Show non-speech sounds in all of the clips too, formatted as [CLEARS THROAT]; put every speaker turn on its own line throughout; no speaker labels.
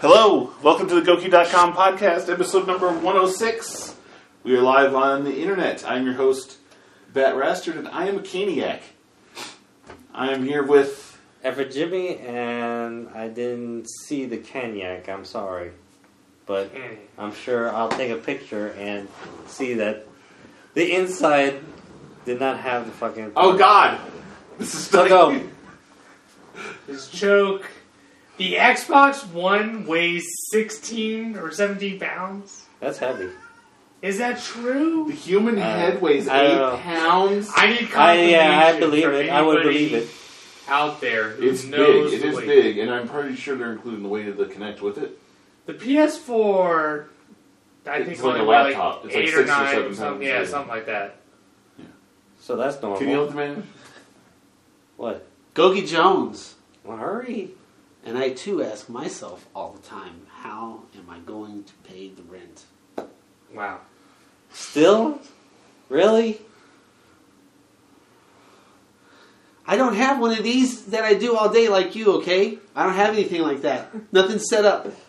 Hello, welcome to the Goku.com podcast, episode number 106. We are live on the internet. I'm your host, Bat Rastard, and I am a Caniac. I am here with.
Ever Jimmy and I didn't see the Kenyak. I'm sorry, but
Mm.
I'm sure I'll take a picture and see that the inside did not have the fucking.
Oh god! This is
Let go.
This joke. The Xbox One weighs 16 or 17 pounds.
That's heavy.
Is that true?
The human
Uh,
head weighs
I don't
8
know.
pounds.
I need confirmation
I yeah, I believe
from
it. I would
anybody
believe it.
Out there who
It's
knows
big, it
the
is
weight.
big, and I'm pretty sure they're including the weight of the Connect with it.
The PS4. I think
It's like
only
a
weighed
laptop.
Like
It's like
eight
six or
or nine,
seven
something,
pounds
yeah,
heavier.
something like that.
So that's normal.
Can you help the man?
What?
Gogi Jones.
Well, hurry.
And I too ask myself all the time, how am I going to pay the rent?
Wow.
Still? Really?
I don't have one of these that I do all day like you, okay? I don't have anything like that. Nothing set
I
up. Just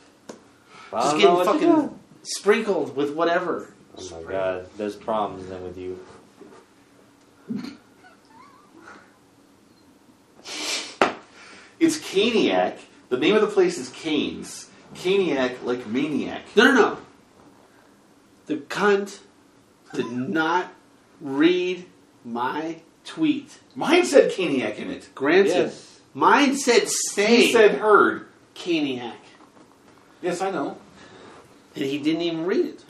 don't know
getting
what you
fucking sprinkled with whatever.
got. Oh my god, there's problems then with you.
It's Caniac. The name of the place is Canes. Caniac like maniac.
No, no, no. The cunt did not read my tweet.
Mine said Caniac in it.
Granted,
Yes.
mine said
He
say
said heard.
Caniac.
Yes, I know.
And he didn't even read it.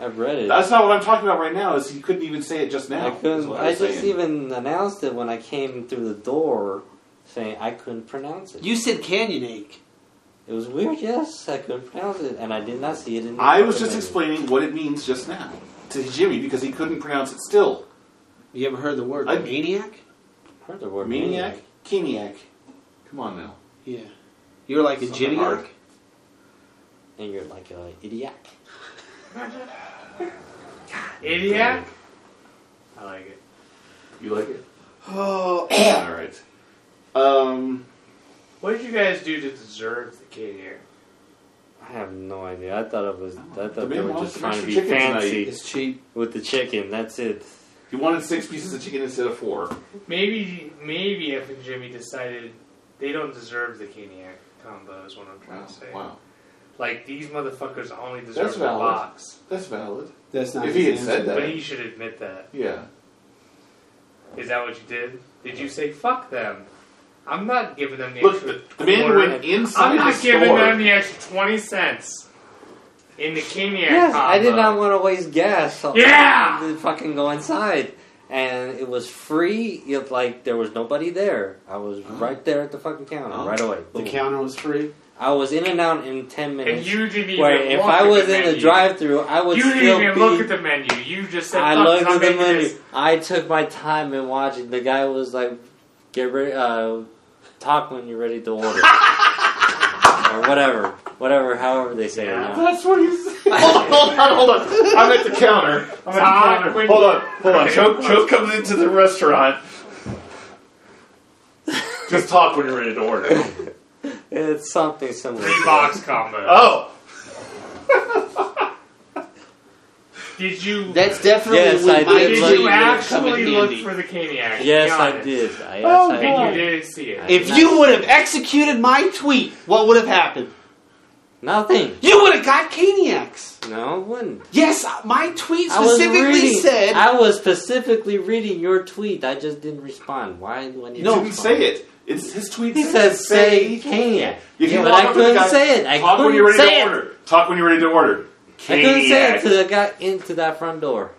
I've read it.
That's not what I'm talking about right now. Is he couldn't even say it just now.
I
is
couldn't.
what
I
was
just
saying.
even announced it when I came through the door, saying I couldn't pronounce it.
You said Canyon Ache.
It was weird. Yes, I couldn't pronounce it, and I did not see it in. The
I was just
documentary.
explaining what it means just now to Jimmy because he couldn't pronounce it. Still,
You ever heard the word
I-
maniac?
Heard the word
maniac, Caniac. Come on now.
Yeah. You're like a
Something
Jimmy
hard.
Arc?
and you're like a idiot.
Idiot. I like it.
You like
[COUGHS]
it?
Oh.
All right. Um,
What did you guys do to deserve the kid here?
I have no idea. I thought it was. I
The
thought they
man
were
wants
just
some
trying to
extra
be
chicken
fancy
tonight.
It's cheap.
with the chicken. That's it.
he wanted six pieces of chicken instead of four.
Maybe, maybe F and Jimmy decided they don't deserve the Keniac combo. Is what I'm trying
Wow,
to say.
Oh, wow.
Like these motherfuckers only
That's
deserve the
valid.
box.
That's valid.
That's not
If he
his
had said
answer.
that.
But he should admit that.
Yeah.
Is that what you did? Did you say fuck them? I'm not giving them the
Look,
extra.
the, the man
quarter.
went inside
I'm
the
not
store.
giving
[LAUGHS]
them the extra twenty cents in the Keniac
Yes,
combo.
I did not want to waste gas. So
Yeah!
I had to fucking go inside, and it was free. It, like there was nobody there. I was
Oh.
right there at the fucking counter
Oh.
right away.
The
Boom.
counter was free.
I was in and out in ten minutes.
And you didn't even.
Where if
look
I
at
was
the
in the
menu.
drive-through, I would
you didn't
still
even
be.
look at the menu. You just said,
I
"Fuck,
looked
I'm
at the
making
menu.
this."
I took my time in watching. The guy was like, "Get ready, uh, talk when you're ready to
[LAUGHS]
order." Or whatever, whatever, however they say it now.
That's what he said. hold on, hold on. I'm at the counter.
Todd, when
Hold on, hold on.
Okay.
Choke, Choke comes into the restaurant. Just talk when you're ready to order.
It's something similar.
Three box combo.
Oh,
Did you?
That's definitely
Yes,
when
I
my
did
did
look-
money
you
would have come in
actually look
handy.
for the Caniac?
Yes,
Be
I
honest.
did. I, yes,
Oh,
I
And
did.
you didn't see it.
If you would have executed my tweet, what would have happened?
Nothing.
You would have got Caniacs.
No, it wouldn't.
Yes, my tweet
I was
specifically
reading-
said.
I was specifically reading your tweet. I just didn't respond. Why? do I need
he
to
didn't
respond?
say it. It's his tweet.
He says, "Say Kenya."
If you
Yeah, but
walk
I
up to the
couldn't
guy,
say it. I
talk when
couldn't
you're ready
say
to
it.
order. Talk when you're ready to order.
I couldn't say it to
Caniac.
the guy into that front door.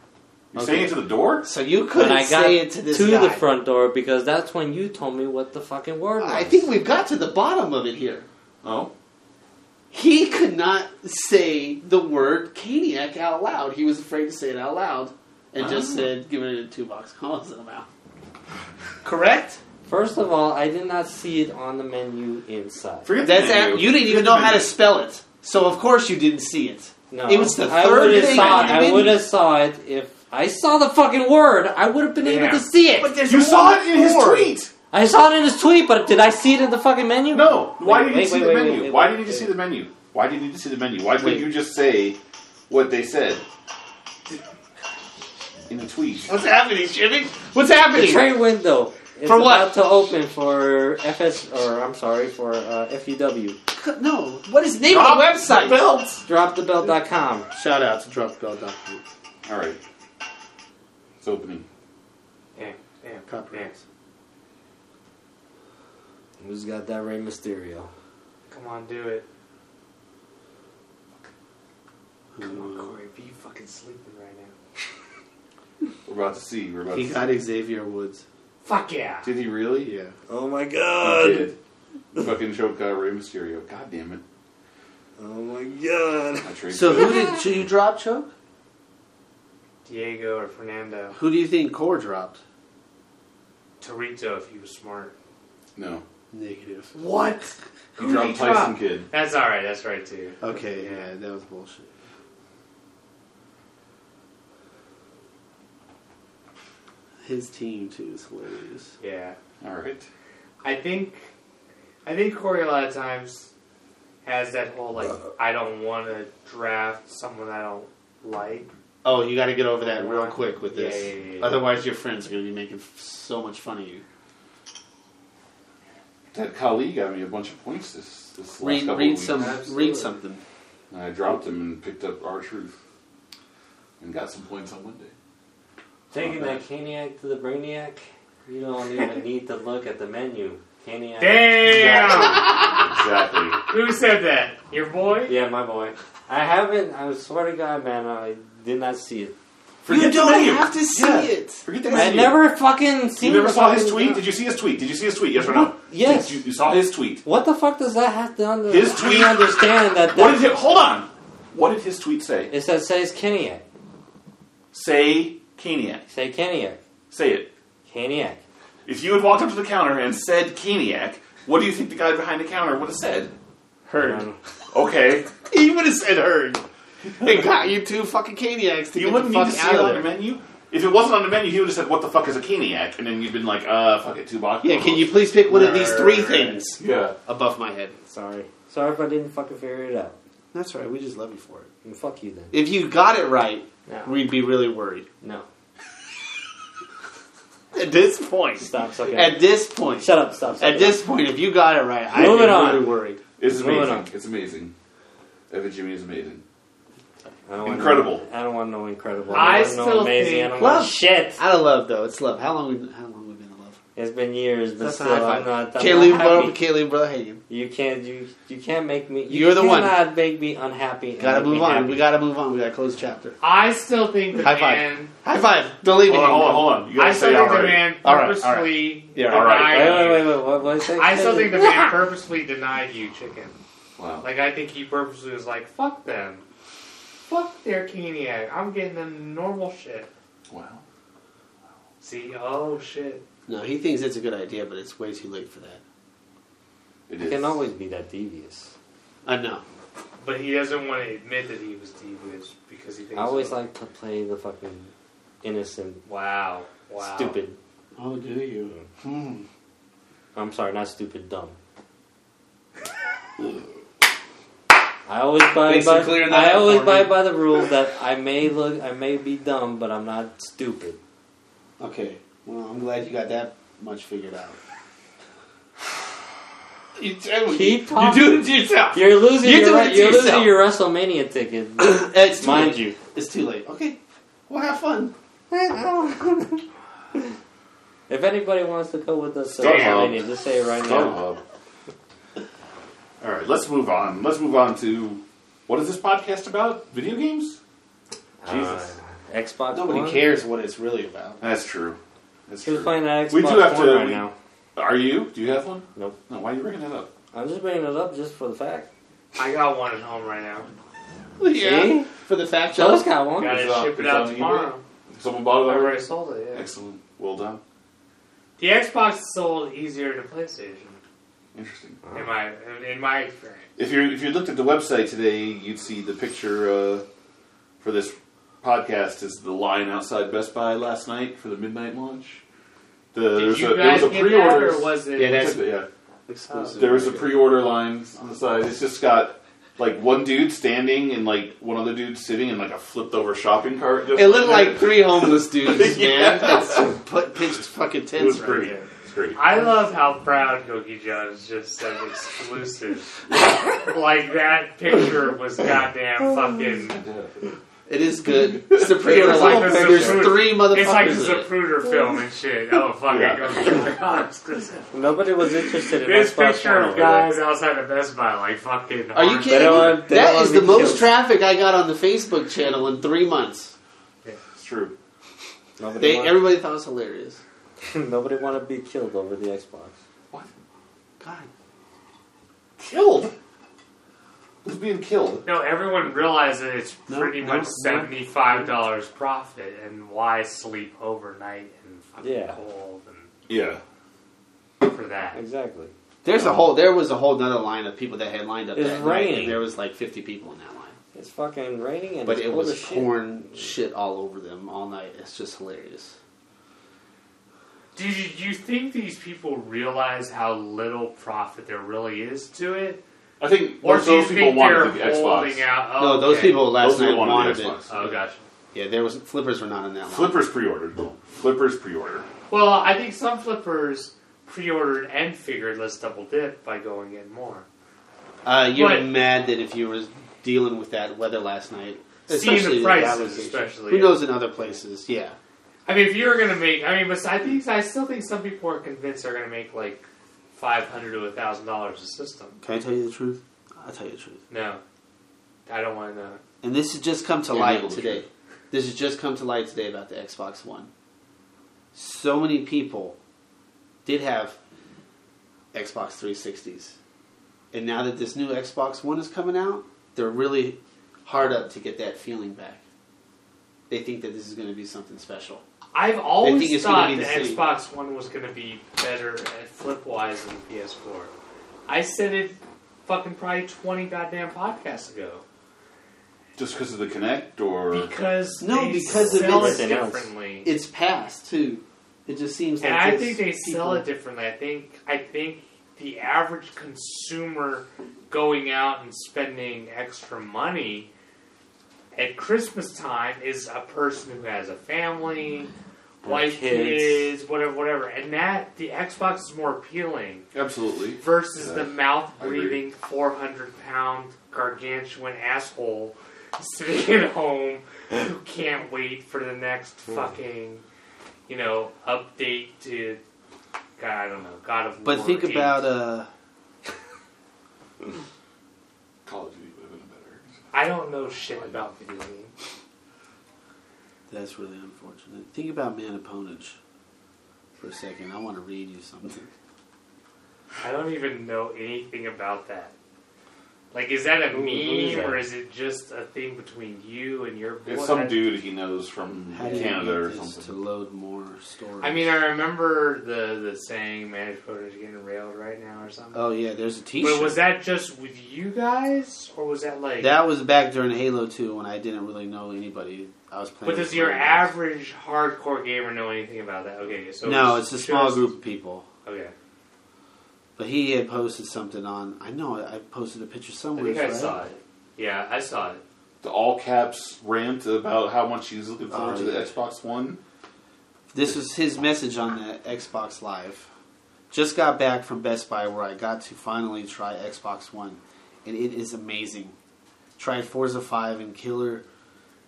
You're saying it to the door.
so you
When
couldn't
I got
say it to this
to
guy.
the front door because that's when you told me what the fucking word was.
I think we've got to the bottom of it here.
Oh,
He could not say the word Caniac out loud. He was afraid to say it out loud and just
Oh.
said, give it a two box calls in the mouth. Correct?
First of all, I did not see it on the menu inside.
forget the
That's
menu.
at, you didn't even know how to spell it. So of course you didn't see it.
No,
It was the
I
third
would've
thing
Saw
on
it.
the
I
menu.
would have saw it if I saw the fucking word. I would have been
Yeah.
able to see it.
But there's
You
one
saw it in his
more.
tweet.
I saw it in his tweet, but did I see it in the fucking menu?
No. Why did
Wait,
you
wait,
see
wait,
the
wait,
menu?
wait,
Why
wait,
did you
wait.
see the menu? Why do you need to see the menu? Why
Wait.
couldn't you just say what they said in a tweet?
What's happening, Jimmy? What's happening?
The trade window is
For what?
about to open for FS, or I'm sorry, for uh, FUW.
No. What is the name
Drop
of the website?
the
DropTheBell.com.
Shout out to dropbell.com.
All right, it's opening.
Yeah, yeah,
Copyrights.
Who's got that Rey Mysterio?
yeah. Come on, do it. Come on, Corey. Be fucking sleeping right now.
We're about to see. We're about
He
to
got Xavier Woods.
Fuck yeah.
see. Did he really?
Yeah.
Oh my
He
god!
did. Fucking choke out Rey Mysterio. God damn it!
Oh my god!
I trade.
So who did you drop, Choke?
Diego or Fernando.
Who do you think Core dropped?
Torito, if he was smart.
no,
Negative. [LAUGHS]
What?
he
Who
dropped
did he drop?
Tyson Kidd.
That's alright, that's right too.
Okay, yeah, that was bullshit. His team too is hilarious.
Yeah.
All right.
I think I think Corey a lot of times has that whole like I don't want to draft someone I don't like.
Oh, you got to get over that real quick with this.
Yeah, yeah, yeah.
Otherwise, your friends are going to be making f- so much fun of you.
That Kali got me a bunch of points this this last
Read,
couple
read
of
some,
weeks.
Absolutely.
read something.
And I dropped him and picked up our truth, and got some points on Monday.
Taking that Caniac to the Brainiac, you don't [LAUGHS] even need to look at the menu. Caniac.
Damn!
Exactly.
[LAUGHS] Who said that? Your boy?
Yeah, my boy. I haven't. I swear to God, man, I did not see it.
Forget the menu.
to see
Yeah.
it.
Forget the
I
menu.
never fucking
You
seen.
never
the
saw his
fucking-
tweet? Did you see his tweet? Did you see his tweet? Yes or no?
Yes.
Did you, you saw his tweet.
What the fuck does that have to under?
His
I don't
tweet-
understand that.
[LAUGHS] What
that
did he, hold on? What did his tweet say?
it says says Caniac.
Say Keniac.
Say Caniac.
Say it.
Caniac.
If you had walked up to the counter and said Keniac, what do you think the guy behind the counter would have said?
Um,
Heard.
Okay.
[LAUGHS] He would have said heard. It got you two fucking caniacs to
You
get
wouldn't
the
need to
fuck
see
out
it
of
on the
there.
menu. If it wasn't on the menu, he would have said, "What the fuck is a Keniac?" And then you'd been like, "Uh, fuck it, two boxes."
Yeah, can you please pick one of these three things
Yeah.
above my head?
Sorry. Sorry if I didn't fucking figure it out.
That's right. We just love you for it.
And fuck you then.
If you got it right,
No.
we'd be really worried.
No.
At this point.
Stop sucking.
At this point.
Shut up. Stop. Sucking.
At this point, if you got it right, I'd
Moving
be
on.
really worried.
It's
Moving
amazing.
on.
It's amazing. Evan Jimmy is amazing.
I don't wanna
Incredible.
know- I don't want no incredible.
I
I, don't want
still
no amazing.
think-
I don't
Well-
want shit.
Out of love, though. It's love. How long? We, how long we been in love?
It's been years, but
That's
still,
a high
I'm
five.
not. I'm
Can't leave,
not happy.
brother, can't leave brother hanging.
You can't. You you can't make me. You
You're the one.
Cannot make me unhappy. and
Gotta
make me
move on.
happy.
We gotta move on. We gotta close the chapter.
I still think the
High five.
man.
High five. Don't leave
Hold
me.
on, hold on, hold on. You gotta
I still
say all
think the
right.
man
All right, all right.
purposefully
Yeah,
all right.
denied
Wait, wait,
you.
wait, wait. What was
I still think
[LAUGHS]
the man purposefully denied you chicken.
Wow.
Like I think he purposely was like, "Fuck them, fuck their Keniac. I'm getting them normal shit."
Wow.
See, oh shit.
No, he thinks it's a good idea, but it's way too late for that.
It
You
is.
can always be that devious.
I know.
But he doesn't want to admit that he was devious because he thinks.
I always
so.
like to play the fucking innocent,
wow, wow,
stupid.
Oh, do you? Hmm.
I'm sorry, not stupid, dumb. I always buy.
Thanks
by
for clearing that
I
up
always
for
buy
me.
by the rule that I may look, I may be dumb, but I'm not stupid.
Okay. Well, I'm glad you got that much figured out. You do
Keep
You
talking.
do it to yourself.
You're losing.
You're
your,
doing it to
you're losing
yourself.
your WrestleMania ticket.
[COUGHS] it's too
Mind
late.
you.
It's too late. Okay. Well, have fun.
if anybody wants to go with us to
Stop.
WrestleMania, just say it right now.
All right, let's move on. Let's move on to what is this podcast about? Video games? Jesus.
Uh, Xbox. One?
Nobody cares what it's really about.
That's true. That's
Who's
true.
playing that Xbox
We do have
One
to-
right
we-
now?
Are you? Do you have one?
Nope.
No. Why are you bringing that up?
I'm just bringing it up just for the fact.
I got one at home right now.
See?
For the fact,
Joe's
Joe.
got one.
Got
It's
to
on-
ship it
it's
out
on eBay?
tomorrow.
Someone bought
I
it already.
already sold it. Yeah.
Excellent. Well done.
The Xbox is sold easier than PlayStation.
Interesting.
Uh-huh.
In my in my experience.
If you if you looked at the website today, you'd see the picture uh, for this podcast is the line outside Best Buy last night for the midnight launch. The, there
Did
was
you
a, there was
guys
a
get
[LAUGHS]
that,
pre-order.
or was it?
Yeah, that's-
yeah.
Exclusive.
There was a pre-order line on the side. It's just got like one dude standing and like one other dude sitting in like a flipped over shopping cart. Just
It looked like three homeless dudes,
Yeah.
man. That's put pitched fucking
it was
tents right
pretty.
there.
It's great.
I love how proud Cookie Jones just said exclusive. like that picture was goddamn fucking.
It is good. Supreme
It's like
like
the
there's
Zapruder-
three motherfuckers.
It's like the
in it.
Zapruder film and shit. Oh fuck
Yeah.
it, Cookie
[LAUGHS]
Jones.
Nobody was interested in
This
Xbox
picture
One
of
over
guys outside of Best Buy, like fucking.
Are you
armed.
kidding?
don't want- they don't
that
want
is
to
the
be
most
killed.
traffic I got on the Facebook channel in three months.
It's true.
there. Nobody,
They,
want,
everybody thought it was hilarious.
nobody want to be killed over the Xbox.
God, killed.
Who's being killed?
No, everyone realizes it's
No,
pretty
no,
much
no.
seventy-five dollars profit, and why sleep overnight and fucking
Yeah.
cold
Yeah.
and for that?
Exactly.
There's a whole. There was a whole other line of people that had lined up.
It's
that night, and
raining.
there was like 50 people in that line,
It's fucking raining and
but
it's
it
full of
was
shit.
porn shit all over them all night. It's just hilarious.
Do you, do you think these people realize how little profit there really is to it,
I think
or
most
do you
those people
think
wanted
they're
the
holding
Xbox.
out? Oh,
No, those
okay.
people last
Those people
night
wanted the
wanted,
Xbox.
it.
Oh, gotcha.
Yeah, there was flippers were not in that line.
Flippers pre-ordered. Flippers pre-order.
Well, I think some flippers pre-ordered and figured let's double dip by going in more.
Uh, you're
What?
mad that if you were dealing with that weather last night,
Seeing
especially
the
that
prices,
was-
especially.
Who
yeah.
knows in other places? Yeah.
I mean, if you were gonna make, I mean, but I think I still think some people are convinced they're gonna make like five hundred to thousand dollars a system.
Can I tell you the truth? I'll tell you the truth.
No, I don't want to know.
And this has just come to
Yeah,
light
no,
today. This has just come to light today about the Xbox One. So many people did have Xbox 360s. And now that this new Xbox One is coming out, they're really hard up to get that feeling back. They think that this is going to be something special.
I've
I think
always
it's
thought
gonna be
the
the same.
Xbox One was gonna be better at flip wise than the PS4. I said it fucking probably twenty goddamn podcasts ago
Just because of the Connect, or
because
No,
they
because of
sell it
everything else.
differently.
It's past, too. It just seems like
and I think
this-
they sell
people-
it differently. I think I think the average consumer going out and spending extra money at Christmas time is a person who has a family,
Or
wife,
kids.
kids, whatever, whatever. And that the Xbox is more appealing
absolutely.
versus
Yeah.
the mouth
I agree.
breathing, four hundred pound gargantuan asshole [LAUGHS] sitting at home who can't wait for the next
Hmm.
fucking, you know, update to God, I don't know, God of
But
War
think
eight.
about uh,
Call of Duty would have been better.
I don't know shit about video games.
That's really unfortunate. Think about maniponage for a second. I want to read you something.
I don't even know anything about that. Like, is that a
Who- who is
meme
that?
or is it just a thing between you and your boy?
It's some dude he knows from
How do you
Canada
Canada
or
get this to
something.
load more storage?
I mean, I remember the the saying, "Man, is getting railed right now" or something.
oh yeah, there's a T-shirt.
But was that just with you guys, or was that like?
That was back during Halo 2 when I didn't really know anybody. I was playing.
but does
with
your
friends.
average hardcore gamer know anything about that? Okay, so
no, it's a
just-
small group of people.
Okay,
But he had posted something on. I know I posted a picture
I
somewhere.
think I
right?
saw it. Yeah, I saw it.
The all caps rant about how much he's looking forward
Oh,
to the
yeah.
Xbox One.
This was his message on the Xbox Live. Just got back from Best Buy where I got to finally try Xbox One, and it is amazing. Tried Forza 5 and Killer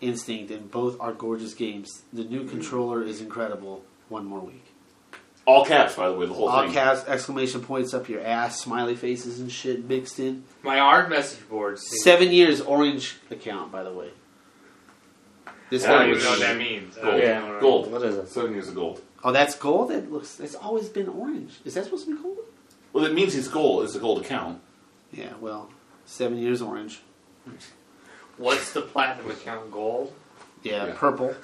Instinct, and both are gorgeous games. The new controller is incredible. One more week.
All caps, by the way, the whole
All
thing.
caps, exclamation points up your ass, smiley faces and shit mixed in.
My art message board. seems-
Seven years orange account, by the way. This
I don't
Yeah,
guy
even
was-
know what
was.
that means.
Gold.
Okay, all right.
Gold.
What is it?
Seven years of gold.
Oh, that's gold. That looks. It's always been orange. Is that supposed to be gold?
Well, it means he's gold. It's a gold account.
Yeah, well, seven years orange.
What's the platinum account gold?
Yeah,
Yeah.
purple.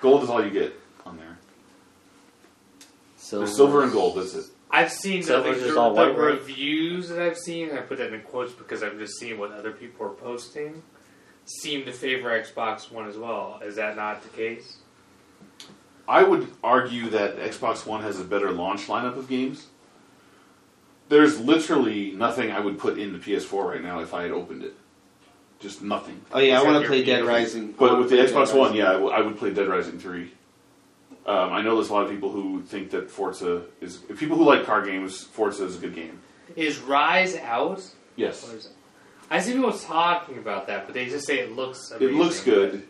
Gold is all you get on there. There's silver and gold. That's it.
I've seen the,
Silver's
like,
just
the-
all
the
white, right?
reviews that I've seen. I put that in quotes because I'm just seeing what other people are posting. Seem to favor Xbox One as well. Is that not the case?
I would argue that Xbox One has a better launch lineup of games. There's literally nothing I would put in the PS4 right now if I had opened it. Just nothing.
Oh yeah,
Is
I
that
want to
your
play Dead
PS4?
Rising. I
But
wanna
with the
play Dead
Xbox
Rising.
One, yeah, I w- I would play Dead Rising 3. Um, I know there's a lot of people who think that Forza is. People who like car games, Forza is a good game.
Is Rise out?
Yes.
Or is it- I see people talking about that, but they just say it looks.
It
Amazing.
looks good.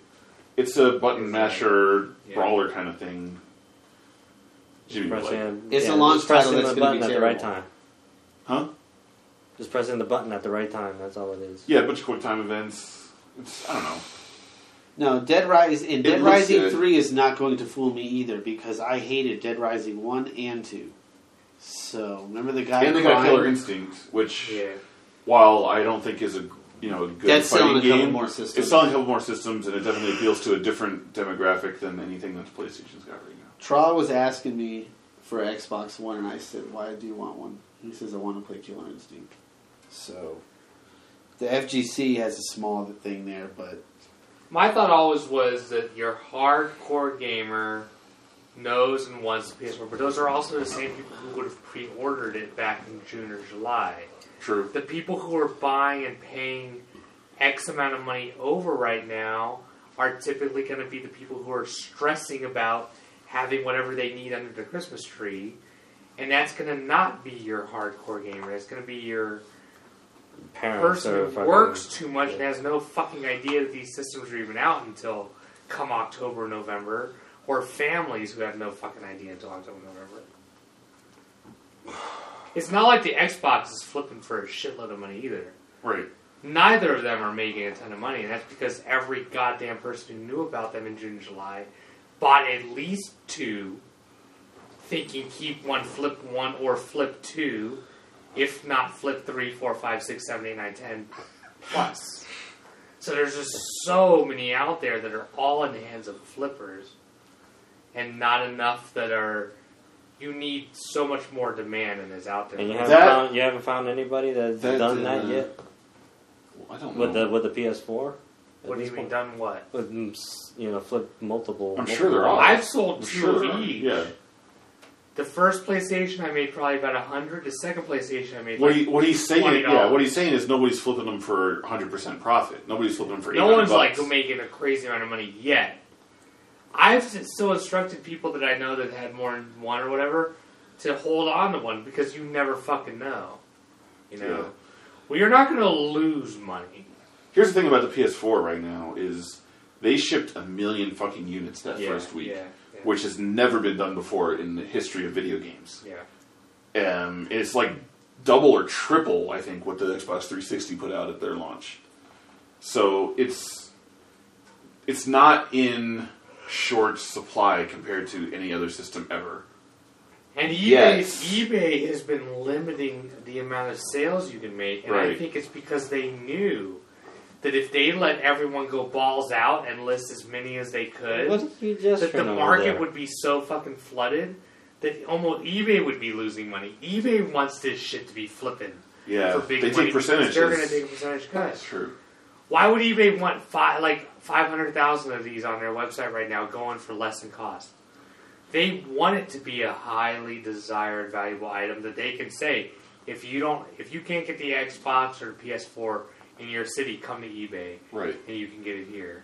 It's a button
It's-
masher,
yeah.
brawler kind of thing. Jimmy would like it.
Pressing,
It's a launch
just pressing
title that's
the
gonna be
button at the right
terrible.
time.
Huh?
Just pressing the button at the right time. That's all it is.
Yeah, a bunch of quick time events. It's, I don't know.
No, Dead Rise and Dead
looks
Rising
good.
Three is not going to fool me either because I hated Dead Rising One and Two. So remember the guy.
and they got
crying?
Killer Instinct, which,
Yeah.
while I don't think is a you know a good
That's selling
fighting
a couple
game,
more systems.
it's selling a couple more systems, and it definitely appeals to a different demographic than anything that the PlayStation's got right now.
Tra was asking me for Xbox One, and I said, "Why do you want one?" He says, "I want to play Killer Instinct." So the FGC has a small thing there, but
My thought always was that your hardcore gamer knows and wants the PS4, but those are also the same people who would have pre-ordered it back in June or July.
True.
The people who are buying and paying X amount of money over right now are typically going to be the people who are stressing about having whatever they need under the Christmas tree, and that's going to not be your hardcore gamer. That's going to be your
Parents
person
are
who
fucking-
works too much and has no fucking idea that these systems are even out until come October, November, or families who have no fucking idea until October, November. It's not like the Xbox is flipping for a shitload of money either.
Right.
Neither of them are making a ton of money, and that's because every goddamn person who knew about them in June and July bought at least two, thinking keep one, flip one, or flip two, if not flip three, four, five, six, seven, eight, nine, ten plus. So there's just so many out there that are all in the hands of flippers, and not enough that are. You need so much more demand and is out there.
And you
have-
haven't
That-
found you haven't found anybody that's
That,
done
uh,
that yet
Well, I don't know.
with the with the PS4. At
what do
this
you mean
point?
done what?
With mm, s- you know, flip multiple.
I'm sure there
multiple-
are.
I've sold
I'm
two
sure.
of each.
Yeah.
The first PlayStation I made probably about a hundred. The second PlayStation I made.
What
Like,
he what he's saying,
$20.
yeah, what he's saying is nobody's flipping them for 100 percent profit. Nobody's flipping them for
no one's
bucks.
like making a crazy amount of money yet. I've s- still instructed people that I know that had more than one or whatever to hold on to one because you never fucking know. You know,
Yeah.
well, you're not going to lose money.
Here's the thing about the PS4 right now is they shipped a million fucking units that
Yeah,
first week,
yeah, yeah.
which has never been done before in the history of video games.
Yeah,
Um, it's like double or triple, I think, what the Xbox 360 put out at their launch. So it's it's not in short supply compared to any other system ever.
and eBay
Yes.
eBay has been limiting the amount of sales you can make, and I
Right.
think it's because they knew that if they let everyone go balls out and list as many as they could,
What did you just
that the
turn over
market
there?
would be so fucking flooded that almost eBay would be losing money. eBay wants this shit to be flipping
Yeah,
for big
they
money
take
because
percentages.
They're going to take a percentage
That's
cut.
true.
Why would eBay want five like five hundred thousand of these on their website right now, going for less than cost? They want it to be a highly desired, valuable item that they can say, if you don't, if you can't get the Xbox or PS4 in your city, come to eBay
Right,
and you can get it here.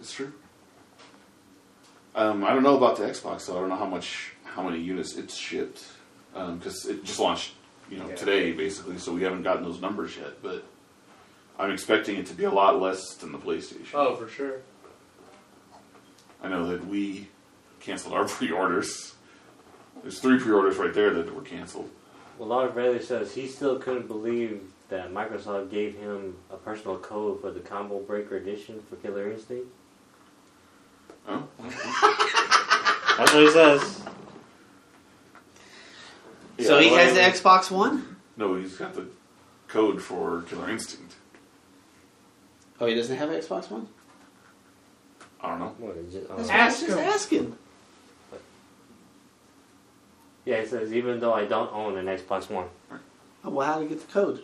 it's true. Um, I don't know about the Xbox, so I don't know how much how many units it's shipped because it just launched, you know,
Yeah.
today basically. So we haven't gotten those numbers yet, but I'm expecting it to be a lot less than the PlayStation.
Oh, for sure.
I know that we canceled our [LAUGHS] pre-orders. There's three pre-orders right there that were canceled.
Well, Lord Bailey says he still couldn't believe that Microsoft gave him a personal code for the Combo Breaker Edition for Killer Instinct.
Oh,
That's what he says.
so he
well,
has the
I-
Xbox One.
no, he's got the code for Killer Instinct.
Oh, he doesn't have Xbox One.
I don't know.
What, is it-
That's
uh,
what I was
Ask
just
him.
asking.
yeah, he says even though I don't own an Xbox One.
Oh, Well, how do you get the code?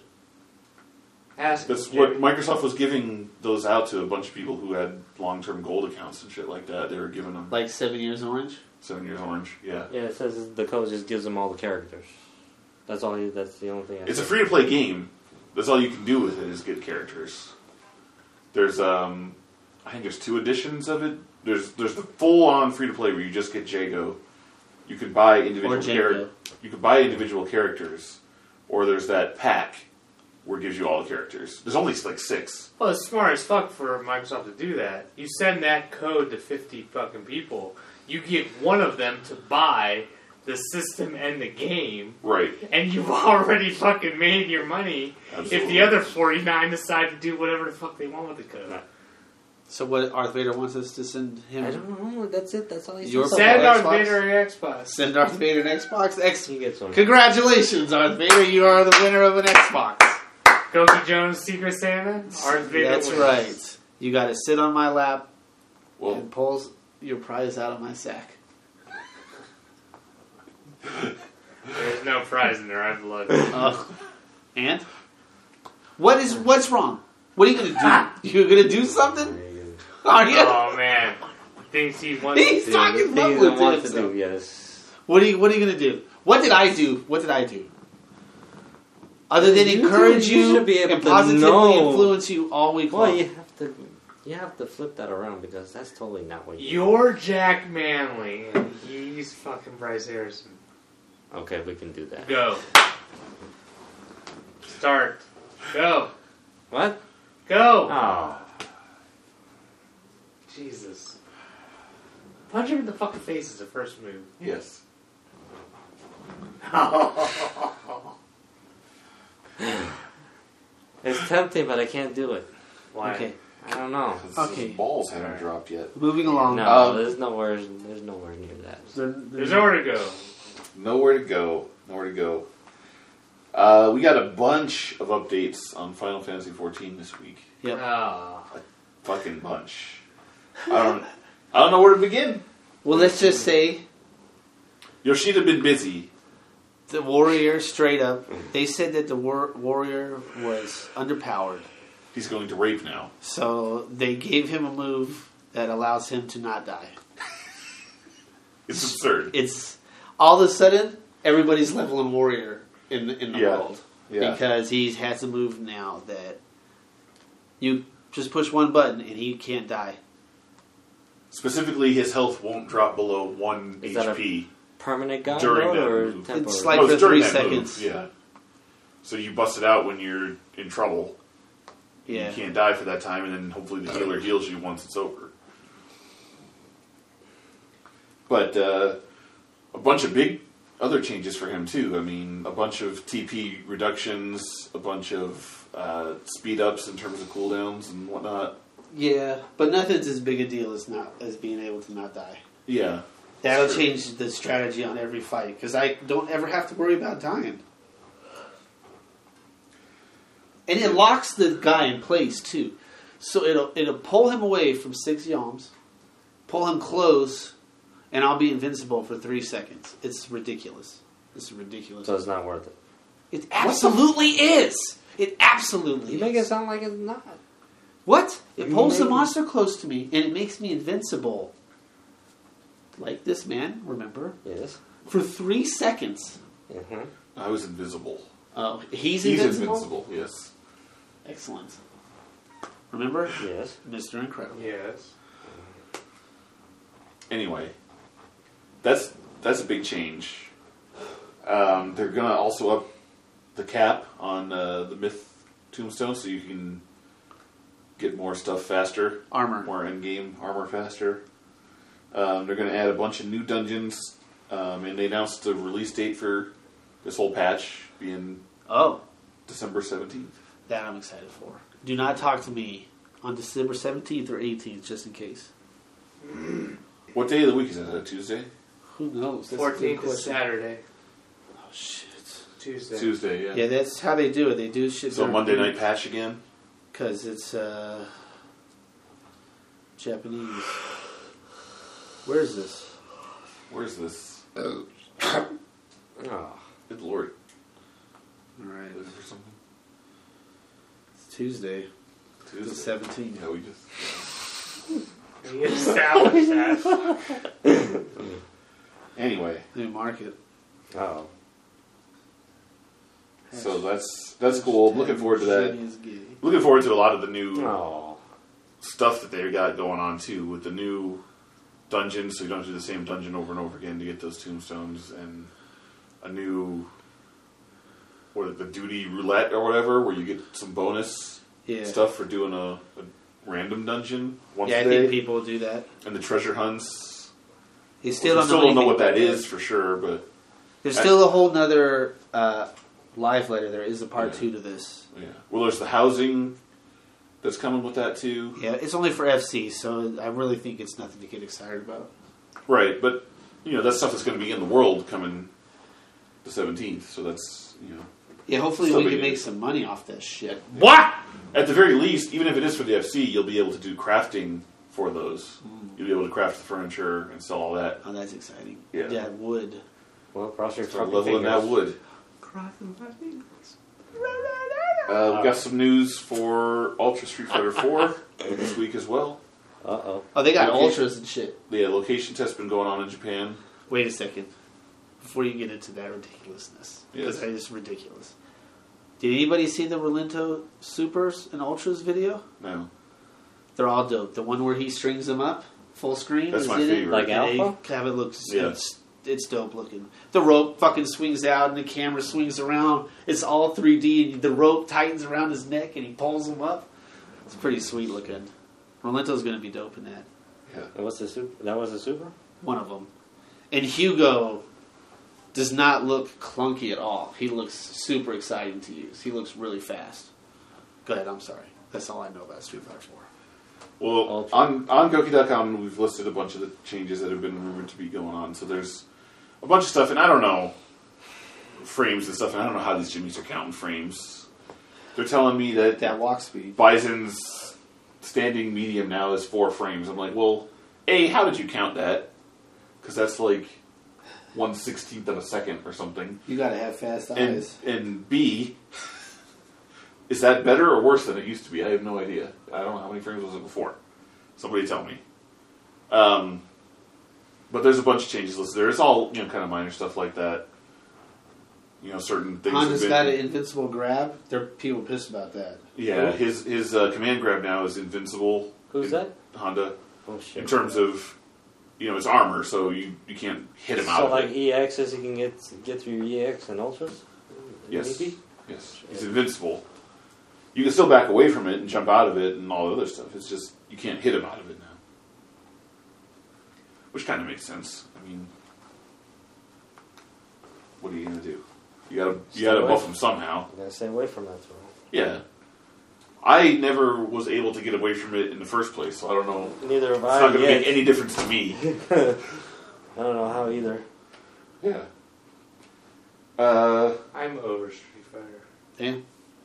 Ask
That's
Jerry.
what Microsoft was giving those out to a bunch of people who had long-term gold accounts and shit like that. They were giving them
Like seven years orange.
seven years orange. Yeah,
Yeah, it says the code just gives them all the characters. That's all. You, that's the only thing. I
It's a
think.
free to play game. That's all you can do with it is get characters. There's um, I think there's two editions of it. There's there's the full on free to play where you just get Jago. You could buy individual
Jago.
characters. You could buy individual characters, or there's that pack where it gives you all the characters. There's only like six.
Well, it's smart as fuck for Microsoft to do that. You send that code to 50 fucking people. You get one of them to buy the system and the game,
Right.
and you've [LAUGHS] already fucking made your money if
Absolutely.
the other 49 decide to do whatever the fuck they want with the code.
So what Darth Vader wants us to send
I
him?
don't know. That's it. That's all he
Your
says.
Send
Xbox?
Darth Vader an Xbox.
Send Darth Vader an Xbox. X.
He gets one.
Congratulations, Darth Vader! You are the winner of an Xbox.
Goki Jones, Secret Santa, Darth Vader.
That's
wins.
right. You got to sit on my lap
Well,
and pulls your prize out of my sack.
There's no prize in there. I've looked.
[LAUGHS]
It's
Ugh. Uh, And what is what's wrong? What are you gonna
[LAUGHS]
do? You're gonna do something? Are you?
Oh man, things he wants.
He's talking
Things I
about
want to
with himself.
do. Yes.
What are you What are you gonna do? What did I do? What did I do? Other than
You
encourage
should- you
you,
should be able
and
to
positively
know.
influence you all week
Well,
long.
you have to. You have to flip that around because that's totally not what you.
You're Jack Manley, and he's fucking Bryce Harrison.
Okay, we can do that.
Go. Start. Go.
What?
Go.
Ah.
Oh.
Jesus. Punch him in the fucking face is the first move.
[LAUGHS]
yes.
It's tempting, but I can't do it.
Why?
Okay,
I don't know.
'Cause
Okay.
his balls haven't dropped yet.
moving along. Uh,
No,
Um,
there's nowhere. There's nowhere near that.
There-
There's nowhere to go.
Nowhere to go. Nowhere to go. Uh, we got a bunch of updates on Final Fantasy XIV this week.
Yep.
Ah.
Fucking bunch. I don't. I don't know where to begin.
Well, let's just say
Yoshida been busy.
the warrior straight up. They said that the war- warrior was underpowered.
He's going to rape now.
So they gave him a move that allows him to not die.
It's absurd.
It's all of a sudden everybody's leveling warrior in the, in the
Yeah.
world
Yeah.
because he has a move now that you just push one button and he can't die.
Specifically, his health won't drop below one
Is that a-
HP.
Permanent god
During
mode
that
or
move. It's
temporary?
like-
it's
for
during
three
that move,
seconds.
Yeah. So you bust it out when you're in trouble.
Yeah.
You can't die for that time, and then hopefully the healer heals you once it's over. But uh, a bunch of big other changes for him too. I mean, a bunch of TP reductions, a bunch of uh, speed ups in terms of cooldowns and whatnot.
Yeah, but nothing's as big a deal as not as being able to not die.
Yeah,
That'll
Sure.
change the strategy on every fight because I don't ever have to worry about dying. And it locks the guy in place too, so it'll it'll pull him away from six yams, pull him close, and I'll be invincible for three seconds. It's ridiculous. It's ridiculous.
so it's not worth it.
It absolutely is. It absolutely.
You make it
is.
sound like it's not.
What? It
You
pulls the
make-
monster close to me, and it makes me invincible. Like this man, remember?
Yes.
for three seconds.
Mm-hmm.
I was invisible.
Oh, he's,
He's
invincible?
invincible. Yes.
Excellent. Remember,
Yes.
Mister Incredible.
Yes.
anyway, that's that's a big change. Um, they're gonna also up the cap on uh, the myth tombstone, so you can get more stuff faster,
Armor.
more end game armor faster. Um, they're gonna add a bunch of new dungeons, um, and they announced the release date for this whole patch being
Oh,
December seventeenth.
that I'm excited for. Do not talk to me on December seventeenth or eighteenth, just in case.
What day of the week is that? Is that Tuesday?
Who knows? That's a good
14th is
question.
Saturday.
Oh shit.
Tuesday.
Tuesday, yeah.
Yeah, that's how they do it. They do shit.
So Monday night patch again.
because it's uh, Japanese. Where is this?
Where's this?
Oh.
Good lord.
All right,
Is there something?
it's Tuesday, the
Tuesday.
seventeenth.
Yeah, we just.
We [LAUGHS] established that.
Anyway,
New market.
Oh.
So that's that's cool. I'm looking forward to that. Looking forward to a lot of the new
Oh,
stuff that they got going on too with the new dungeons, so you don't have to do the same dungeon over and over again to get those tombstones and a new or the duty roulette or whatever, where you get some bonus
Yeah.
stuff for doing a, a random dungeon once
Yeah, I
a day,
think people do that.
and the treasure hunts.
You
We
still don't know,
know
anything
what that
about
is for sure, but
There's
I-
still a whole nother uh, live letter. There is a part
Yeah.
two to this.
yeah. Well, there's the housing that's coming with that too,
Yeah, it's only for FC, so I really think it's nothing to get excited about.
right? But you know that stuff that's going to be in the world coming the 17th, so that's you know.
Yeah, hopefully
Still
we
be
can
good.
make some money off this shit.
What?
At the very least, even if it is for the FC, you'll be able to do crafting for those. You'll be able to craft the furniture and sell all that.
Oh, that's exciting.
Yeah.
yeah wood.
well, cross your
Start
fucking
leveling
fingers.
that wood.
Crossing my fingers.
Uh, we've got some news for Ultra Street Fighter 4 this week as well.
Uh oh.
Oh, they got
Okay.
ultras and shit.
The uh, location test's been going on in Japan.
Wait a second. Before you get into that ridiculousness, because
Yes.
that is ridiculous. Did anybody see the Relento Supers and Ultras video?
No,
They're all dope. The one where he strings them up full screen.
That's
is
my
in it.
favorite.
Like
And
Alpha?
They have it look.
Yeah.
It's, it's dope looking. The rope fucking swings out, and the camera swings around. It's all 3D, and the rope tightens around his neck, and he pulls him up. It's pretty sweet looking. Rolento's gonna be dope in that.
That was the super. That was the super.
One of them. And Hugo does not look clunky at all. He looks super exciting to use. He looks really fast. Go ahead. I'm sorry. That's all I know about Street Fighter 4.
Well,
Ultra.
on on Goki.com, we've listed a bunch of the changes that have been rumored to be going on. So there's a bunch of stuff, and I don't know frames and stuff, and I don't know how these Jimmys are counting frames. They're telling me that
That walk speed.
Bison's standing medium now is four frames. I'm like, well, a how did you count that? Because that's like one sixteenth of a second or something.
You gotta have fast
And and b is that better or worse than it used to be? I have no idea. I don't know how many frames was it before. Somebody tell me. Um, but there's a bunch of changes listed there. It's all you know, kind of minor stuff like that. You know, certain things. have
Honda's
been-
got an invincible grab. They're people pissed about that.
Yeah, his his uh, command grab now is invincible.
Who's
in
that?
Honda.
Oh
In
shit.
terms of, you know, it's armor, so you you can't hit him out.
so
of
like
it.
EXs, you can get get through EX and ultras.
Yes.
Maybe?
Yes, he's invincible. You can still back away from it and jump out of it and all the other stuff. It's just you can't hit him out of it now, which kind of makes sense. I mean, what are you gonna do? You gotta you gotta
Still
buff
life.
him somehow.
You gotta stay away from that. Though.
Yeah, I never was able to get away from it in the first place, so I don't know.
Neither have
It's not
I
gonna
yet.
make any difference to me.
[LAUGHS] I don't know how either.
Yeah. Uh,
I'm over Street Fighter.
Yeah.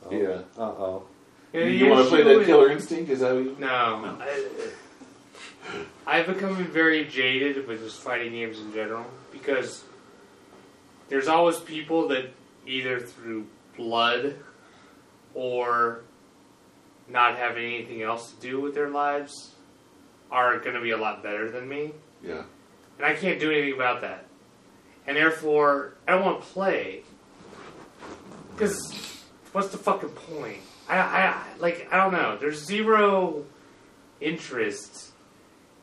Oh.
yeah.
Uh oh.
You, want to play
issue
that
is-
Killer Instinct? Is that what you?
No.
No.
I, I've become very jaded with just fighting games in general because there's always people that either through blood or not having anything else to do with their lives are going to be a lot better than me.
Yeah.
And I can't do anything about that. And therefore, I don't want to play. Because what's the fucking point? I, I, like, I don't know. There's zero interest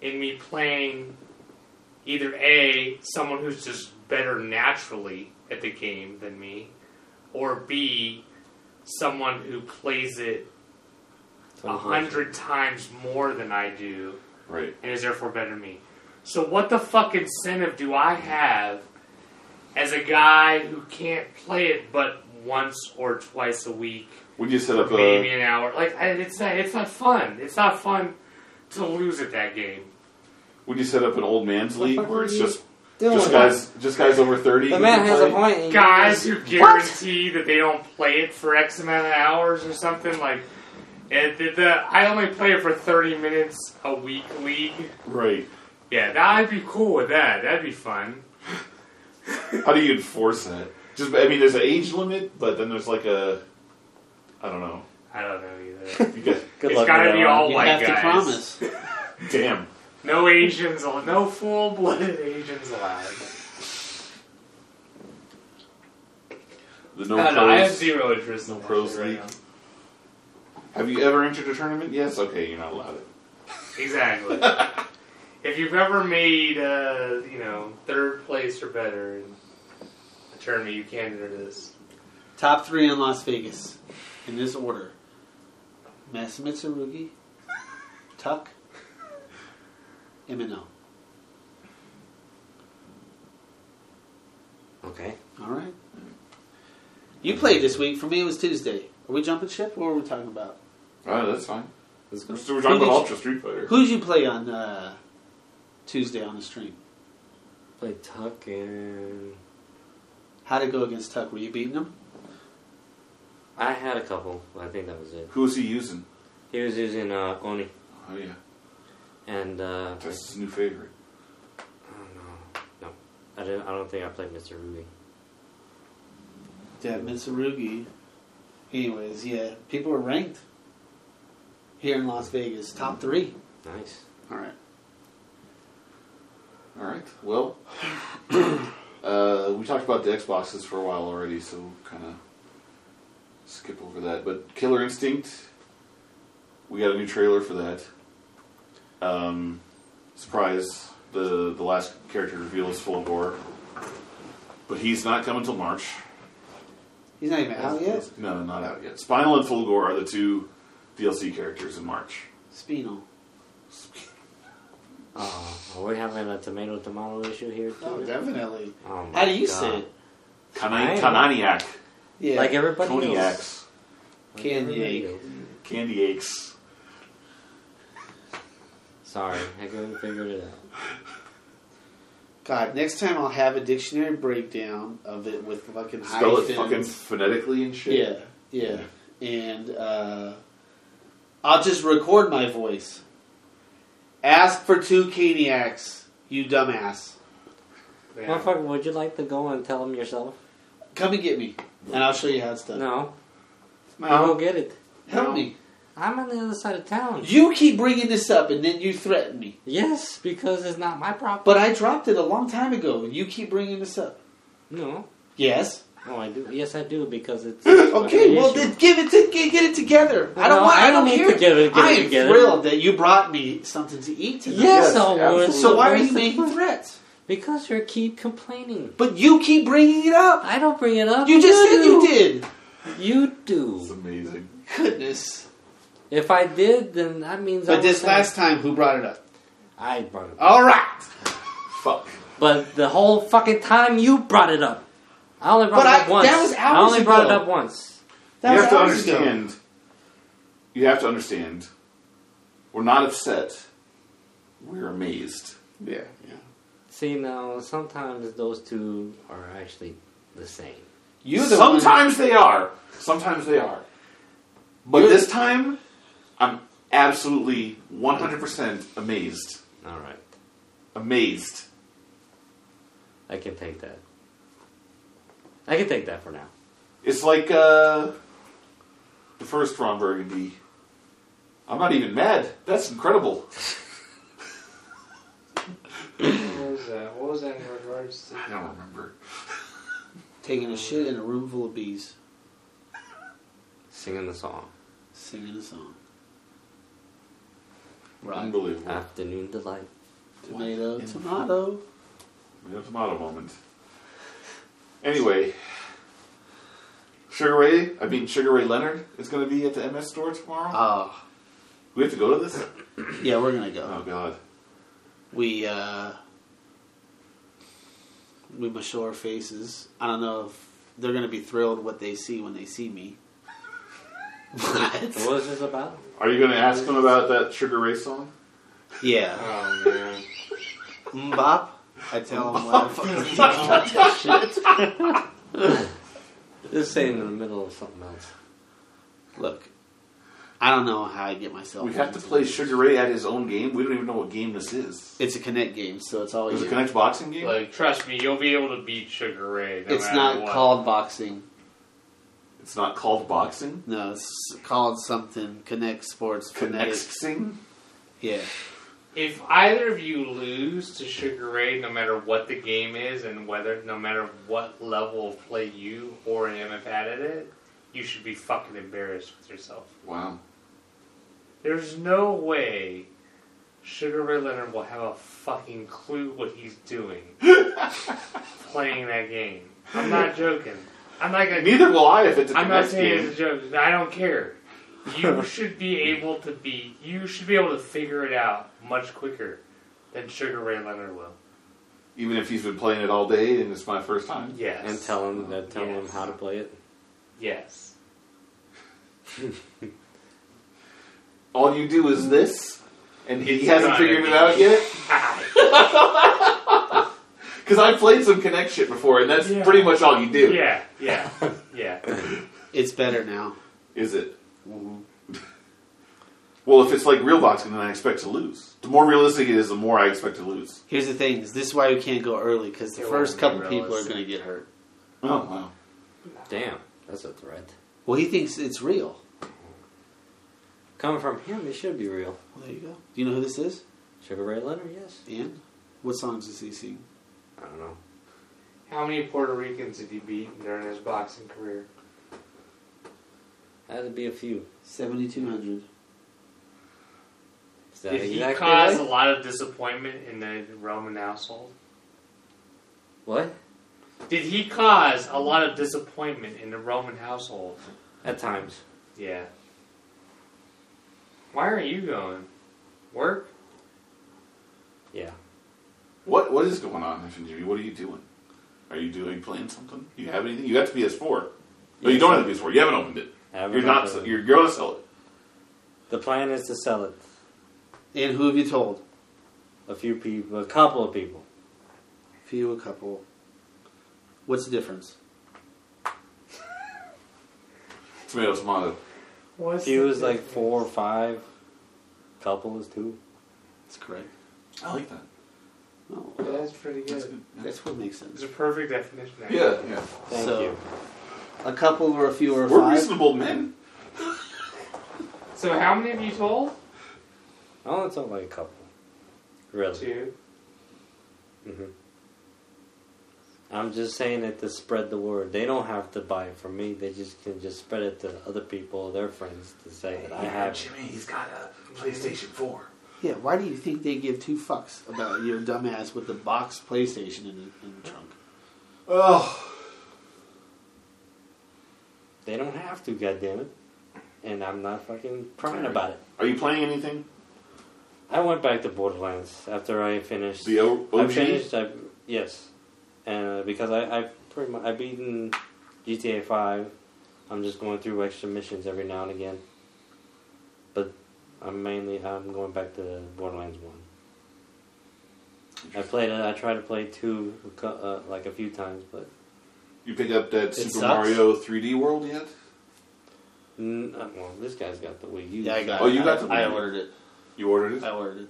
in me playing either A, someone who's just better naturally at the game than me, or B, someone who plays it a hundred times more than I do
Right.
and is therefore better than me. So what the fuck incentive do I have as a guy who can't play it but once or twice a week,
We just set
or
up
maybe
a.
an hour? Like I, it's not, it's not fun. It's not fun to lose at that game.
We just set up an old man's league
fuck
where
are
it's
you
just
Doing
just guys just guys over thirty.
The
who
man
can
has a
play.
point. and you
Guys
just-
who guarantee that they don't play it for X amount of hours or something like. And the, the, I only play it for 30 minutes a week league.
Right.
Yeah, that, I'd be cool with that. That'd be fun.
How do you enforce that? Just I mean, there's an age limit, but then there's like a. I don't know.
I don't know either.
You guys,
Good
It's
luck
gotta
with that
be
one.
all- Oh,
you
my
have
guys.
to promise.
damn.
No Asians, al- no full-blooded Asians allowed.
The
I
no
don't know, I have
pros.
zero interest in
No
pros
pros
right
league.
now.
Have you ever entered a tournament? Yes. Okay, you're not allowed
[LAUGHS]
it.
Exactly. [LAUGHS] if you've ever made, uh, you know, third place or better in a tournament, you can't enter this.
Top three in Las Vegas, in this order: Mas Mitsurugi, Tuck, Imino.
Okay.
All right. You played this week. For me, it was Tuesday. Are we jumping ship? What were we talking about?
All right, that's fine.
Let's go.
We're still- we're
Who
talking
did
about
you-
Ultra Street Fighter.
Who did you play on uh, Tuesday on the stream?
Play Tuck and.
How'd it go against Tuck? Were you beating him?
I had a couple. but I think that was it.
Who is he using?
He was using uh, Oni
Oh yeah,
and uh, I,
that's his new favorite.
don't know. No, I didn't. I don't think I played Mr. Ruby.
Yeah, Mitsurugi. Anyways, yeah, people are ranked here in Las Vegas, top three.
Nice.
Mm-hmm. All right.
All right. Well, [CLEARS THROAT] uh, we talked about the Xboxes for a while already, so kind of skip over that. But Killer Instinct, we got a new trailer for that. Um, surprise! The the last character reveal is full of gore, but he's not coming till March.
He's not even out yet.
No, not out yet. Spinal and Full Gore are the two DLC characters in March.
Spino.
Oh, are we having a tomato tomato issue here? too?
Oh, definitely.
Oh my
How do you
God.
say it?
Kanai,
Spinal?
Kananiac,
Yeah.
Like everybody else.
Koniacs,
Like
Can
everybody
you-
else.
Candy Aches.
Sorry, I couldn't figure it out.
God, next time I'll have a dictionary breakdown of it with fucking
Spell it
hyphens.
fucking phonetically and shit.
Yeah, yeah. And uh, I'll just record my voice. Ask for two Caniacs, you dumbass.
Yeah.
Motherfucker, would you like to go and tell him yourself?
Come and get me, and I'll show you how it's done.
No, I'll go
No.
get it.
Help
No.
me.
I'm on the other side of town.
You keep bringing this up, and then you threaten me.
yes, because it's not my problem.
But I dropped it a long time ago, and you keep bringing this up.
No,
Yes.
no, I do. Yes, I do because
[CLEARS THROAT]
it's
[LAUGHS] Okay.
an
Well,
issue.
then give it to get, get it together. I don't
No,
want.
I
I
don't
don't
need
care.
to get it- get
I
it
am
together.
thrilled that you brought me something to eat tonight.
yes,
Yes,
I would.
absolutely.
So why are you
What's the
making
point?
threats?
Because you keep complaining.
But you keep bringing it up.
I don't bring it up.
You just said you
do.
did.
You
It's
do.
amazing.
Goodness.
If I did, then that means. I
But this
was-
last time, who brought it up?
I brought it. Up.
All right.
Fuck.
But the whole fucking time you brought it up. I only brought
But
it up
I-
once.
that was
I only
hours
brought it
ago.
up once.
That
you
was
have to
hours ago.
understand. You have to understand. We're not upset. We're amazed.
Yeah, yeah.
See now, sometimes those two are actually the same.
You're the one.
Sometimes they are. Sometimes they are. But
You're-
this time, I'm absolutely 100% amazed.
All right,
Amazed.
I can take that. I can take that for now.
It's like uh, the first Ron Burgundy. I'm not even mad. That's incredible.
What was that? What was that in regards
I
to?
don't remember.
Taking a shit in a room full of bees,
Singing the song,
singing a song.
Unbelievable.
"Afternoon Delight."
Tomato,
In-
tomato.
We have tomato moment. Anyway, Sugar Ray, I mean Sugar Ray Leonard is going to be at the MS store tomorrow.
Ah. Uh-huh.
we have to go to this.
yeah, we're gonna go.
Oh God,
We uh, we must show our faces. I don't know if they're gonna be thrilled what they see when they see me. [LAUGHS]
What
but
was this about?
are you going to ask him about that Sugar Ray song?
yeah.
Oh man.
Mbop. I tell him what I fucking think.
This ain't in the middle of something else.
Look, I don't know how I get myself.
We have to
into
play
this.
Sugar Ray at his own game. We don't even know what game this is.
It's a Connect game, so it's always
Is it Connect Boxing game?
Like, trust me, you'll be able to beat Sugar Ray. No
It's
matter
not
what.
called boxing.
It's not called boxing.
No, it's called something. Connect Sports Fanatic.
Connecting.
Yeah,
If either of you lose to Sugar Ray, no matter what the game is and whether, no matter what level of play you or him have had at it, you should be fucking embarrassed with yourself.
Wow.
There's no way Sugar Ray Leonard will have a fucking clue what he's doing playing that game. I'm not joking. I'm not gonna.
Neither will I if it's a
I'm not
next
saying it's
game.
a joke. I don't care. You [LAUGHS] should be able to be. You should be able to figure it out much quicker than Sugar Ray Leonard will.
Even if he's been playing it all day and it's my first time.
Yes.
And tell him, uh, tell him
Yes.
how to play it.
Yes.
All you do is this, and he
It's
hasn't
not
figured
a
it out
game.
yet. Because I've played some connect shit before, and that's
Yeah.
pretty much all you do.
yeah. Yeah. Yeah.
It's better now.
Is it? Mm-hmm. Well, if it's like real boxing, then I expect to lose. The more realistic it is, the more I expect to lose.
Here's the thing: is this is why we can't go early because the
It
first
won't be
couple people are
realistic.
going to get hurt.
Oh wow!
Damn, that's a threat.
Well, he thinks it's real.
Coming from him, it should be real.
Well, there you go. Do you know who this is?
Sugar Ray Leonard, yes.
And what songs does he sing?
I don't know.
How many Puerto Ricans did he beat during his boxing career?
Had to be a few.
Seventy-two hundred.
Is that
Did he
exactly
cause a
right?
lot of disappointment in the Roman household?
What?
Did he cause a lot of disappointment in the Roman household?
At times.
Yeah. Why aren't you going? Work?
Yeah.
What what is going on, F and Jimmy? What are you doing? Are you doing playing something? You have anything? You have to PS4. No, Oh, you don't have the PS4. You haven't opened it.
I haven't
You're not.
opened it.
You're going to sell it.
The plan is to sell it.
And who have you told?
A few people, a couple of people.
Few, a couple. What's the difference?
Tomato, tomato.
What's
Few is like four or five. Couple is two.
That's correct.
I like that.
No,
That's pretty
That's
good.
good. Yeah.
that's what makes
It's
sense.
a perfect definition. actually.
Yeah, yeah.
Thank
So-
you.
A couple or a few or a
We're
five.
reasonable men.
So how many have you told?
I only told like a couple. Really.
Two.
hmm I'm just saying it to spread the word. They don't have to buy it from me. They just can just spread it to other people, their friends, to say that I have. it.
Jimmy. He's got a PlayStation 4.
Yeah. Why do you think they give two fucks about your dumbass with the box PlayStation in the, in the trunk?
Oh,
They don't have to, goddammit. And I'm not fucking crying about it.
are you playing anything?
I went back to Borderlands after I finished.
The O-
I
OG?
finished. I, yes, and uh, because I, I pretty much I beaten GTA Five. I'm just going through extra missions every now and again. But I'm mainly I'm going back to Borderlands One. I played it. I tried to play two a cou- uh, like a few times, but
You pick up that Super
sucks.
Mario 3D World yet?
n- uh, well, this guy's got the Wii U.
Yeah, I got.
Oh,
it.
you got
I,
the
I
one.
ordered it.
You ordered
I
it?
ordered it.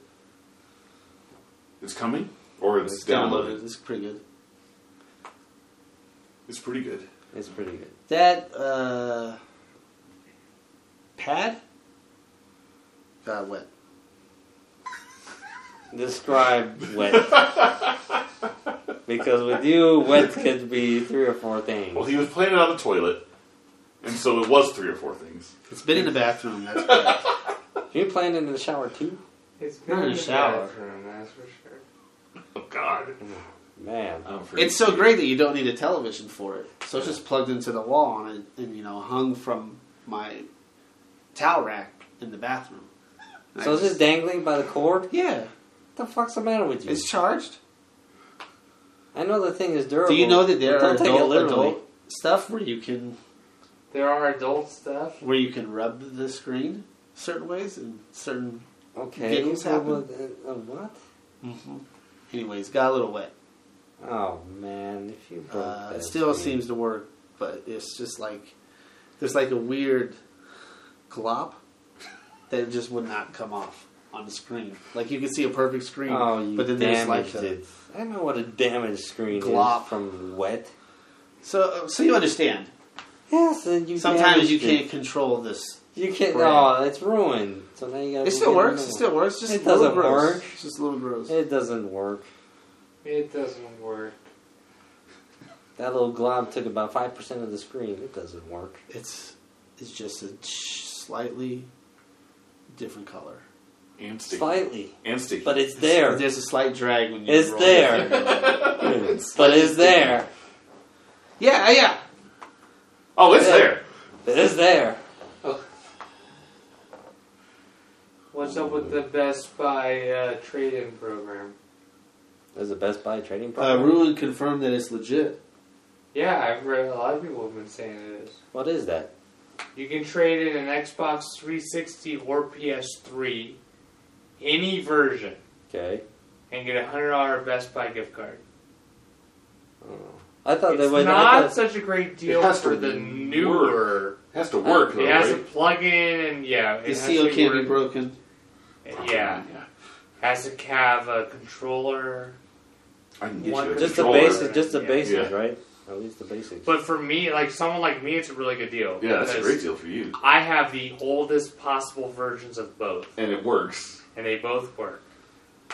It's coming? Or it's,
It's
downloaded?
Downloaded. It's pretty good.
It's pretty good.
It's pretty good.
That uh, pad got wet.
Describe wet. because with you, wet could be three or four things.
Well, he was playing it on the toilet, and so it was three or four things.
It's been in the
[LAUGHS]
bathroom. That's correct.
you playing it in the shower too?
It's
Not in the shower.
bathroom, that's for sure.
Oh, God.
Man.
I'm freaking-
it's so great that you don't need a television for it. So it's just plugged into the wall and, it, and you know hung from my towel rack in the bathroom. And I
So it's
just-
just dangling by the cord? What
yeah,
the fuck's the matter with you?
it's charged.
I know the thing is durable.
Do you know that there
but
are
don't take it
adult,
literally.
adult stuff where you can
There are adult stuff.
where you can rub the screen certain ways and certain.
Okay.
Giggles
so
happen?
what- uh, uh, what?
mm-hmm. Anyways, got a little wet.
Oh man, if you broke
Uh,
that
it still
screen.
seems to work, but it's just like there's like a weird glop that just would not come off on the screen. Like you can see a perfect screen,
Oh, you
but then there's like
damaged
the,
it. I know what a damaged screen
Glop.
is from wet.
so so you understand.
Yes, and you
Sometimes you
damaged
can't
it.
control this
You can't.
Brand.
Oh, it's ruined. So now you gotta.
It
go
still
get a
works.
new
It still works. Just
It
a little
doesn't
gross.
work.
It's just a little gross.
one. It doesn't work.
It doesn't work.
That little glob took about five percent of the screen. It doesn't work.
It's it's just a slightly different color.
And sticky.
Slightly,
And sticky.
but it's
[LAUGHS]
there.
There's a slight drag when you.
It's
roll
there.
it.
but it's there.
yeah, yeah.
oh, it's
Yeah.
there.
It is there.
What's up with the Best Buy uh, trade-in program?
There's a Best Buy trading
[LAUGHS] Uh,
program.
Ruin confirmed that it's legit.
Yeah, I've read a lot of people have been saying it is.
What is that?
You can trade in an Xbox 360 or PS3, any version,
Okay.
and get a hundred dollar Best Buy gift card.
I thought they
It's
would
Oh, not
I thought-
such a great deal
It has
for
to
the
work.
newer.
It has to work, though,
It has to
right?
plug in, and yeah, it
The
has
seal
to
can't
work.
be broken.
Oh,
Yeah, has to have a controller.
I can get
One-
you a
just the
controller.
basics. Just the
Yeah.
basics,
Yeah.
right? At least the basics.
But for me, like someone like me, it's a really good deal.
Yeah, that's a
because
great deal for you.
I have the oldest possible versions of both,
And it works.
and they both work.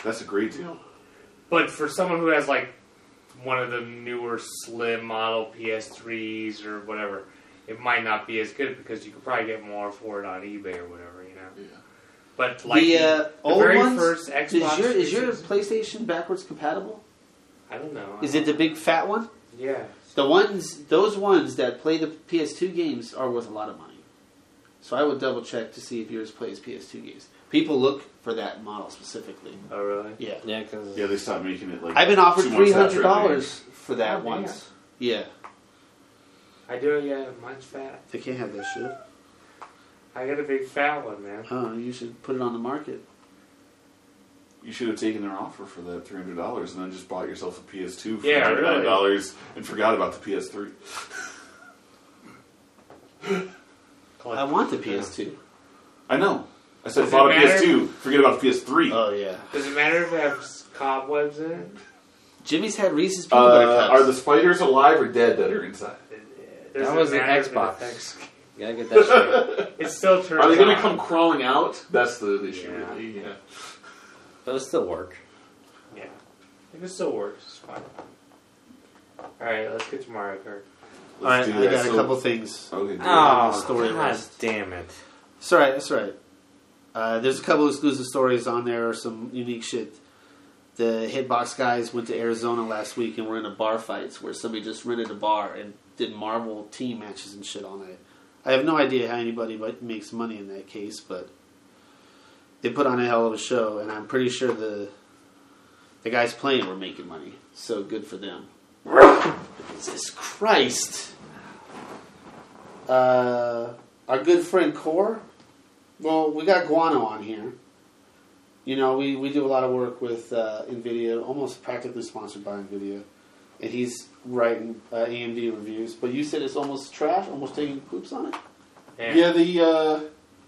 That's a great deal.
But for someone who has like one of the newer slim model PS3s or whatever, it might not be as good because you could probably get more for it on eBay or whatever, you know.
Yeah.
But like
the uh, old
very
ones.
first Xbox,
is your is your
360
PlayStation backwards compatible?
I don't know.
Is it the big fat one?
Yeah.
The ones, those ones that play the PS2 games are worth a lot of money. So I would double check to see if yours plays PS2 games. People look for that model specifically.
Oh really?
Yeah,
yeah, because
Yeah, they stopped making it like.
I've been
two
offered three
months after
hundred
it
dollars for
Oh,
that
damn.
once. Yeah,
I do. Yeah, mine's fat.
they can't have that shit.
I got a big fat one, man.
Oh, you should put it on the market.
You should have taken their offer for that three hundred dollars, and then just bought yourself a PS2 for
Yeah, really.
nine dollars, and forgot about the PS3.
I want the PS2.
I know. I said
Does
bought a
it matter?
PS2. Forget about the PS3.
Oh yeah,
Does it matter if it has cobwebs in it?
Jimmy's had Reese's peanut butter
Uh,
cups.
are the spiders alive or dead that are inside?
Does
That
it
was an
matter if it
Xbox.
affects-
gotta get that straight.
[LAUGHS]
It still turns.
Are they going to
on.
come crawling out? That's the issue.
Yeah.
Really. Yeah.
But it still work.
Yeah. If it still works, it's fine. Alright, let's get to Mario Kart.
All right,
Let's do
I
that.
got a
So-
couple things.
Okay. do
Oh,
Story
God
list.
damn it!
It's all right. That's all right. Uh, there's a couple exclusive stories on there or some unique shit. The Hitbox guys went to Arizona last week and were in a bar fights where somebody just rented a bar and did Marvel team matches and shit all night. I have no idea how anybody but- makes money in that case, but they put on a hell of a show, and I'm pretty sure the the guys playing were making money. So good for them. Jesus Christ. Uh, our good friend Core. Well, we got Guano on here. You know, we, we do a lot of work with uh, NVIDIA, almost practically sponsored by NVIDIA. And he's writing uh, AMD reviews. But you said it's almost trash, almost taking poops on it?
Yeah.
Yeah, the uh,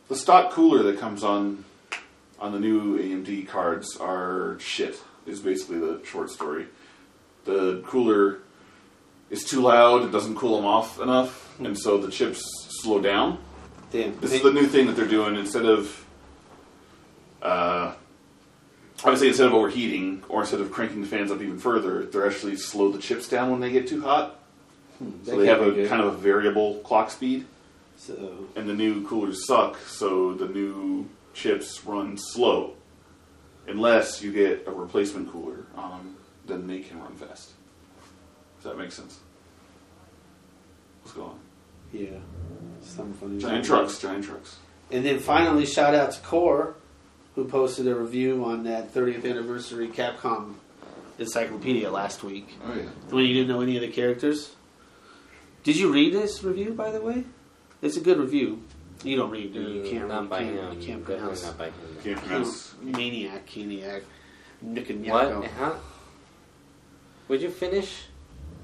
the stock cooler that comes on on the new AMD cards are shit. Is basically the short story. The cooler is too loud; it doesn't cool them off enough, and so the chips slow down.
Damn.
This is the new thing that they're doing. Instead of, uh, I would say instead of overheating or instead of cranking the fans up even further, they're actually slow the chips down when they get too hot. So they have a kind of a variable clock speed
So,
and the new coolers suck, so the new chips run slow. Unless you get a replacement cooler on them, then they can run fast. Does that make sense? What's going on?
yeah. Something funny.
Giant trucks, giant trucks.
And then finally, shout out to Core, who posted a review on that 30th anniversary Capcom encyclopedia last week.
Oh yeah.
When you didn't know any of the characters. Did you read this review, by the way? It's a good review. You don't read, do you? You can't
Mm, not
read.
by
you
him.
can't, you can't
Definitely
pronounce.
not by him.
Can't pronounce.
Maniac, Keniac, Nick and
What?
Yakko.
Huh? Would you finish?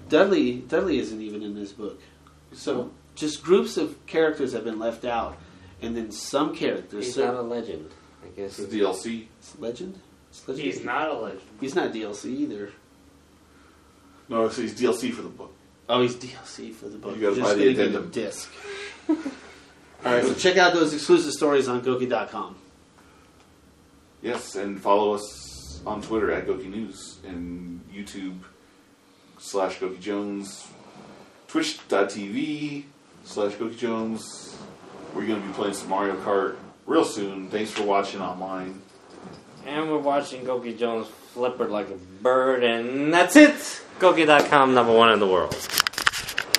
Dudley, Dudley isn't even in this book.
Oh.
So just groups of characters have been left out, and then some characters.
He's
so-
not a legend. I guess
This is DLC.
it's legend. It's legend.
He's not a legend.
He's not DLC either.
No, it's, it's DLC for the book.
Oh, he's DLC for the book.
You gotta
Just
buy the
gonna get
addendum.
a disc. All right, so check out those exclusive stories on Goki.com.
Yes, and follow us on Twitter at Goki News and YouTube slash Goki Jones, twitch.tv slash Goki Jones. We're going to be playing some Mario Kart real soon. Thanks for watching online.
And we're watching Goki Jones flipper like a bird, and that's it! Goki.com, number one in the world.